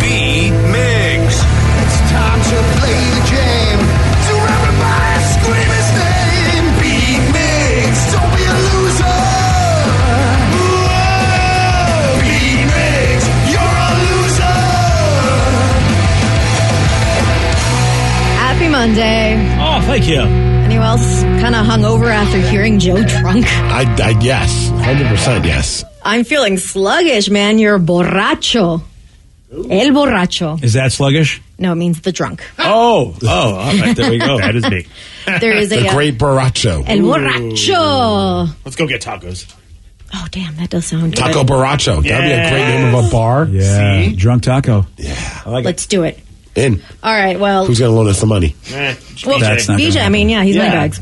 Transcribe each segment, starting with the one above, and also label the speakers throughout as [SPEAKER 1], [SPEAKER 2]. [SPEAKER 1] B Migs.
[SPEAKER 2] It's time to play the game. So everybody scream his name. Beat Migs. Don't be a loser. Whoa. Beat Migs. You're a loser.
[SPEAKER 3] Happy Monday.
[SPEAKER 4] Oh, thank you.
[SPEAKER 3] Anyone else kind of hungover after hearing Joe drunk?
[SPEAKER 4] I, I yes, hundred percent yes.
[SPEAKER 3] I'm feeling sluggish, man. You're borracho. El borracho.
[SPEAKER 4] Is that sluggish?
[SPEAKER 3] No, it means the drunk.
[SPEAKER 4] Oh, oh, all right, there we go. that is me.
[SPEAKER 3] There is a
[SPEAKER 5] The
[SPEAKER 3] uh,
[SPEAKER 5] Great Baracho.
[SPEAKER 3] El borracho.
[SPEAKER 6] Let's go get tacos.
[SPEAKER 3] Oh damn, that does sound
[SPEAKER 5] Taco
[SPEAKER 3] good.
[SPEAKER 5] Baracho. That'd be a great name of a bar.
[SPEAKER 4] Yeah, drunk taco. Yeah, I like it.
[SPEAKER 3] Let's do it.
[SPEAKER 5] And
[SPEAKER 3] All right. Well,
[SPEAKER 5] who's going to loan us the money?
[SPEAKER 6] Eh,
[SPEAKER 3] well
[SPEAKER 4] That's not gonna
[SPEAKER 3] BJ. I mean, yeah, he's my
[SPEAKER 6] Yeah.
[SPEAKER 3] bags.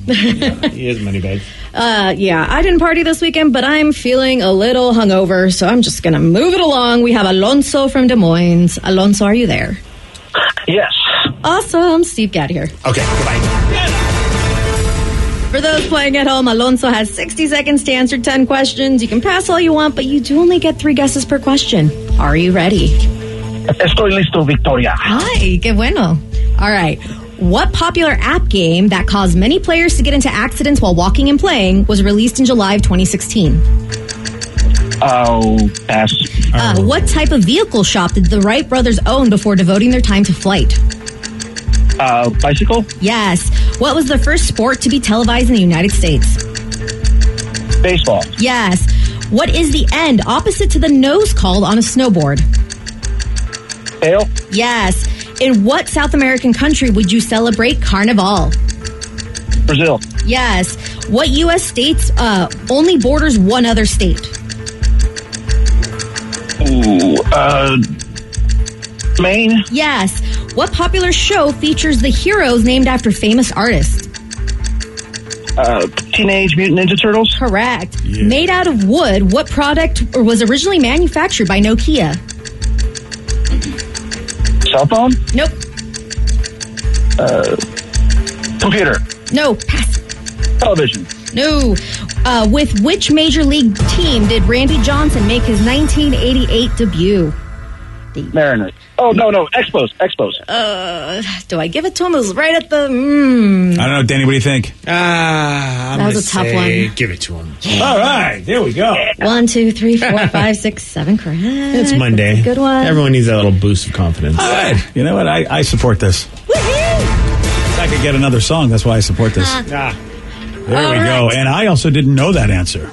[SPEAKER 6] he is money bag.
[SPEAKER 3] Uh, yeah, I didn't party this weekend, but I'm feeling a little hungover, so I'm just gonna move it along. We have Alonso from Des Moines. Alonso, are you there?
[SPEAKER 7] Yes.
[SPEAKER 3] Awesome. Steve, get out of here.
[SPEAKER 5] Okay, goodbye.
[SPEAKER 3] For those playing at home, Alonso has 60 seconds to answer 10 questions. You can pass all you want, but you do only get three guesses per question. Are you ready?
[SPEAKER 7] Estoy listo, Victoria.
[SPEAKER 3] Hi, qué bueno. All right. What popular app game that caused many players to get into accidents while walking and playing was released in July of 2016?
[SPEAKER 7] Oh, pass.
[SPEAKER 3] Uh, what type of vehicle shop did the Wright brothers own before devoting their time to flight?
[SPEAKER 7] Uh, bicycle?
[SPEAKER 3] Yes. What was the first sport to be televised in the United States?
[SPEAKER 7] Baseball.
[SPEAKER 3] Yes. What is the end opposite to the nose called on a snowboard?
[SPEAKER 7] Tail?
[SPEAKER 3] Yes. In what South American country would you celebrate Carnival?
[SPEAKER 7] Brazil.
[SPEAKER 3] Yes. What U.S. states uh, only borders one other state?
[SPEAKER 7] Ooh, uh, Maine?
[SPEAKER 3] Yes. What popular show features the heroes named after famous artists?
[SPEAKER 7] Uh, Teenage Mutant Ninja Turtles?
[SPEAKER 3] Correct. Made out of wood, what product or was originally manufactured by Nokia?
[SPEAKER 7] Cell phone?
[SPEAKER 3] Nope.
[SPEAKER 7] Computer?
[SPEAKER 3] No. Pass.
[SPEAKER 7] Television?
[SPEAKER 3] No. Uh, with which major league team did Randy Johnson make his 1988 debut?
[SPEAKER 7] Mariners? Oh, no, no. Expos. Expos.
[SPEAKER 3] Do I give it to him? It was right at the. Mm,
[SPEAKER 4] I don't know, Danny. What do you think?
[SPEAKER 6] Ah, I'm
[SPEAKER 3] That was
[SPEAKER 6] gonna
[SPEAKER 3] a tough
[SPEAKER 6] say
[SPEAKER 3] one.
[SPEAKER 6] Give it to him.
[SPEAKER 4] All right, there we go.
[SPEAKER 3] One, two, three, four, five, six, seven. Correct. It's
[SPEAKER 6] It's Monday.
[SPEAKER 3] good one.
[SPEAKER 6] Everyone needs that little boost of confidence.
[SPEAKER 4] All right, you know what? I, I support this.
[SPEAKER 3] Woohoo!
[SPEAKER 4] If I could get another song, that's why I support this. There
[SPEAKER 6] Ah,
[SPEAKER 4] we go. And I also didn't know that answer.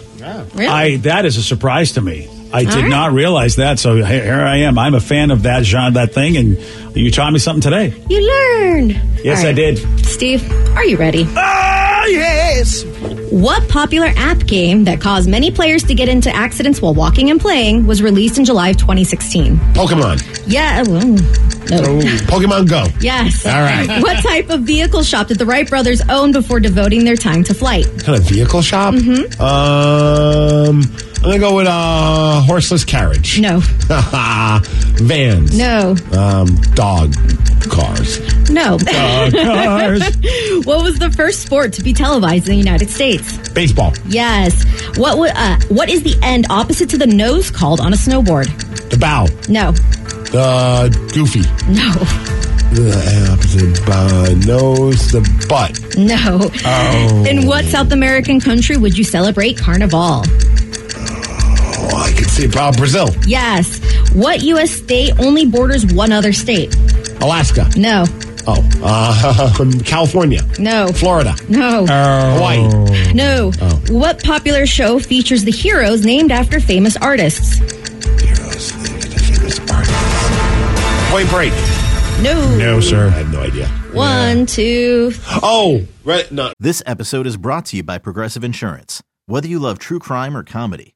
[SPEAKER 3] Really?
[SPEAKER 4] I that is a surprise to me. I did
[SPEAKER 3] right.
[SPEAKER 4] not realize that. So here, here I am. I'm a fan of that genre, that thing, and you taught me something today.
[SPEAKER 3] you learned.
[SPEAKER 4] Yes,
[SPEAKER 3] All
[SPEAKER 4] I
[SPEAKER 3] right.
[SPEAKER 4] did.
[SPEAKER 3] Steve, are you ready?
[SPEAKER 4] Ah, yes.
[SPEAKER 3] What popular app game that caused many players to get into accidents while walking and playing was released in July of 2016?
[SPEAKER 5] Pokemon.
[SPEAKER 3] Yeah. Well, no.
[SPEAKER 5] Pokemon Go.
[SPEAKER 3] Yes.
[SPEAKER 5] All right.
[SPEAKER 3] What type of vehicle shop did the Wright brothers own before devoting their time to flight?
[SPEAKER 5] Kind of vehicle shop?
[SPEAKER 4] Mm-hmm.
[SPEAKER 5] Um, I'm going to go with uh, horseless carriage.
[SPEAKER 3] No.
[SPEAKER 5] Vans.
[SPEAKER 3] No.
[SPEAKER 5] Um, dog cars. Uh,
[SPEAKER 3] No.
[SPEAKER 4] Cars.
[SPEAKER 3] what was the first sport to be televised in the United States?
[SPEAKER 5] Baseball.
[SPEAKER 3] Yes. What would uh, what is the end opposite to the nose called on a snowboard?
[SPEAKER 5] The bow.
[SPEAKER 3] No.
[SPEAKER 5] The goofy.
[SPEAKER 3] No.
[SPEAKER 5] The, uh, the uh, nose. The butt.
[SPEAKER 3] No.
[SPEAKER 5] Oh.
[SPEAKER 3] In what South American country would you celebrate Carnival?
[SPEAKER 5] Oh, I can see. Uh, Brazil.
[SPEAKER 3] Yes. What U.S. state only borders one other state?
[SPEAKER 5] Alaska.
[SPEAKER 3] No.
[SPEAKER 5] Oh, uh, California.
[SPEAKER 3] No.
[SPEAKER 5] Florida.
[SPEAKER 3] No.
[SPEAKER 4] Oh.
[SPEAKER 5] Hawaii.
[SPEAKER 3] no. What popular show features the heroes named after famous artists?
[SPEAKER 5] Heroes. The famous artists. Point Break.
[SPEAKER 3] No.
[SPEAKER 5] sir. I have no idea.
[SPEAKER 3] One, two,
[SPEAKER 5] Oh, right. No,
[SPEAKER 8] This episode is brought to you by Progressive Insurance. Whether you love true crime or comedy,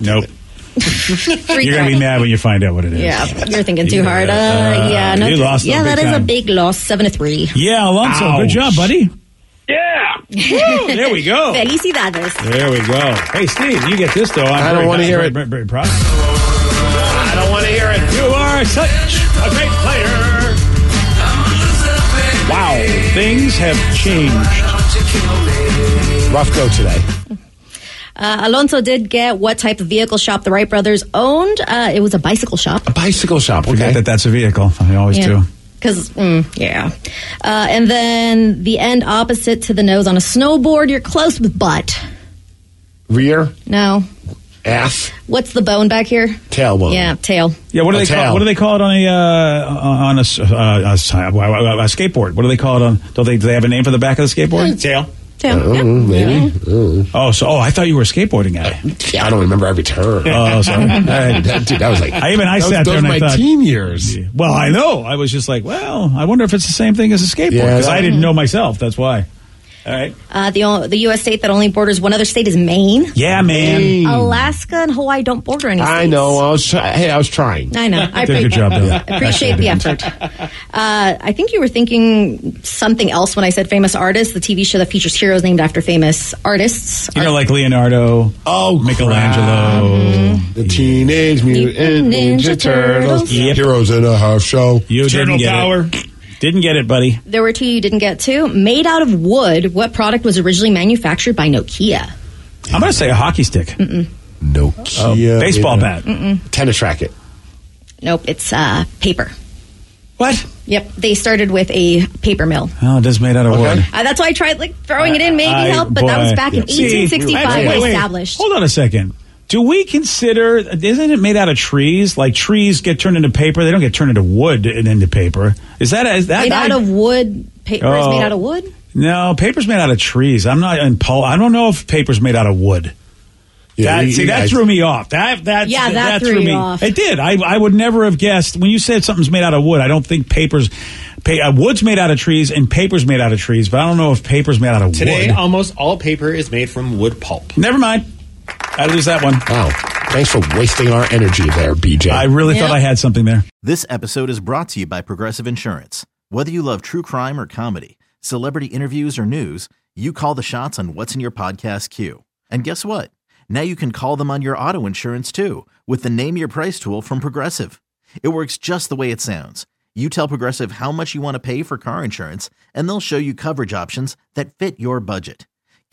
[SPEAKER 4] Nope.
[SPEAKER 3] Free
[SPEAKER 4] You're going to be
[SPEAKER 3] credit.
[SPEAKER 4] mad when you find out what it is.
[SPEAKER 3] Yeah, you're thinking too hard. Uh,
[SPEAKER 4] Uh,
[SPEAKER 3] yeah,
[SPEAKER 4] you lost
[SPEAKER 3] yeah,
[SPEAKER 4] them
[SPEAKER 3] that
[SPEAKER 4] big
[SPEAKER 3] is a
[SPEAKER 4] time.
[SPEAKER 3] big loss, seven to three.
[SPEAKER 4] Yeah, Alonso. Good
[SPEAKER 6] Ouch.
[SPEAKER 4] job, buddy.
[SPEAKER 6] Yeah. Woo, there we go.
[SPEAKER 3] Felicidades.
[SPEAKER 4] There we go. Hey, Steve, you get this though. I'm
[SPEAKER 5] I don't
[SPEAKER 4] very-
[SPEAKER 5] wanna hear
[SPEAKER 4] very-
[SPEAKER 5] it.
[SPEAKER 4] Very, very proud. I don't want to hear
[SPEAKER 6] it.
[SPEAKER 4] You are such a great player. Wow, things have changed.
[SPEAKER 5] Rough go today.
[SPEAKER 3] Uh, Alonso did get what type of vehicle shop the Wright brothers owned. Uh, it was a bicycle shop.
[SPEAKER 5] Bicycle shop.
[SPEAKER 4] Forget
[SPEAKER 5] Okay.
[SPEAKER 4] that that's a vehicle. I always do.
[SPEAKER 3] Because, mm, yeah. Uh, and then the end opposite to the nose on a snowboard. You're close with butt.
[SPEAKER 5] Rear,
[SPEAKER 3] No.
[SPEAKER 5] ass,
[SPEAKER 3] What's the bone back here?
[SPEAKER 5] tailbone.
[SPEAKER 3] Yeah, tail.
[SPEAKER 4] Yeah, what do
[SPEAKER 5] A
[SPEAKER 4] they call
[SPEAKER 5] tail.
[SPEAKER 4] what do they call it on a uh, on a, s- uh, a s- uh, a skateboard? What do they call it on? Don't they do they have a name for the back of the skateboard?
[SPEAKER 6] Tail.
[SPEAKER 3] Tail.
[SPEAKER 5] Oh,
[SPEAKER 3] yeah.
[SPEAKER 5] maybe. Oh.
[SPEAKER 4] Oh, so oh, I thought you were a skateboarding guy.
[SPEAKER 5] Yeah, I don't remember every turn.
[SPEAKER 4] Oh, sorry. All right.
[SPEAKER 5] that, dude, that was like
[SPEAKER 4] I even I
[SPEAKER 5] that was-
[SPEAKER 4] sat there
[SPEAKER 5] those
[SPEAKER 4] and
[SPEAKER 5] were
[SPEAKER 4] I
[SPEAKER 5] my
[SPEAKER 4] thought
[SPEAKER 5] teen years.
[SPEAKER 4] Well, I know. I was just like, well, I wonder if it's the same thing as a skateboard
[SPEAKER 5] Yeah,
[SPEAKER 4] because
[SPEAKER 5] that-
[SPEAKER 4] I didn't know myself. That's why. All right.
[SPEAKER 3] Uh, the, o- the U.S. state that only borders one other state is Maine.
[SPEAKER 4] Yeah, man.
[SPEAKER 3] Alaska and Hawaii don't border any states.
[SPEAKER 5] I know. I was try- hey, I was trying.
[SPEAKER 3] I know. I
[SPEAKER 4] Did a good
[SPEAKER 3] appre-
[SPEAKER 4] job, though.
[SPEAKER 3] Appreciate the effort. Uh, I think you were thinking something else when I said famous artists, the TV show that features heroes named after famous artists.
[SPEAKER 4] You know, like Leonardo,
[SPEAKER 5] Oh,
[SPEAKER 4] Michelangelo.
[SPEAKER 5] The Teenage Mutant
[SPEAKER 3] Mutant
[SPEAKER 5] Ninja,
[SPEAKER 3] Ninja Turtles.
[SPEAKER 5] Turtles.
[SPEAKER 4] Yep.
[SPEAKER 5] Heroes in a Half Show.
[SPEAKER 4] You didn't get
[SPEAKER 6] power.
[SPEAKER 4] it. Didn't get it, buddy.
[SPEAKER 3] There were two you didn't get to. Made out of wood, what product was originally manufactured by Nokia?
[SPEAKER 4] I'm going to say a hockey stick, Oh,
[SPEAKER 5] Nokia.
[SPEAKER 4] baseball
[SPEAKER 5] yeah.
[SPEAKER 4] bat.
[SPEAKER 5] Oh, Tennis racket.
[SPEAKER 3] Nope, it's uh, paper.
[SPEAKER 4] What?
[SPEAKER 3] Yep, they started with a paper mill.
[SPEAKER 4] Oh, it is made out of
[SPEAKER 5] Okay.
[SPEAKER 4] wood.
[SPEAKER 3] Uh, that's why I tried like throwing it in, maybe
[SPEAKER 4] I-
[SPEAKER 3] help, but that
[SPEAKER 4] boy.
[SPEAKER 3] was back in
[SPEAKER 4] See,
[SPEAKER 3] 1865
[SPEAKER 4] wait, wait, wait.
[SPEAKER 3] established.
[SPEAKER 4] Hold on a second. Do we consider? Isn't it made out of trees? Like trees get turned into paper. They don't get turned into wood and into paper. Is that is that
[SPEAKER 3] Made out of wood. Paper is
[SPEAKER 4] Oh.
[SPEAKER 3] made out of wood.
[SPEAKER 4] No, paper's made out of trees. I'm not in Paul. I don't know if paper's made out of wood.
[SPEAKER 5] Yeah,
[SPEAKER 4] that,
[SPEAKER 5] you-
[SPEAKER 4] see,
[SPEAKER 5] you
[SPEAKER 4] that
[SPEAKER 5] guys-
[SPEAKER 4] threw me off. That, that,
[SPEAKER 3] Yeah, that threw you
[SPEAKER 4] me
[SPEAKER 3] off.
[SPEAKER 4] It did. I, I would never have guessed when you said something's made out of wood. I don't think papers, pa- uh, wood's made out of trees and paper's made out of trees, but I don't know if paper's made out of
[SPEAKER 6] Today,
[SPEAKER 4] wood.
[SPEAKER 6] almost all paper is made from wood pulp.
[SPEAKER 4] never mind. I lose that one.
[SPEAKER 5] Wow. Thanks for wasting our energy there, BJ.
[SPEAKER 4] I really thought I had something there.
[SPEAKER 8] This episode is brought to you by Progressive Insurance. Whether you love true crime or comedy, celebrity interviews or news, you call the shots on what's in your podcast queue. And guess what? Now you can call them on your auto insurance too with the Name Your Price tool from Progressive. It works just the way it sounds. You tell Progressive how much you want to pay for car insurance, and they'll show you coverage options that fit your budget.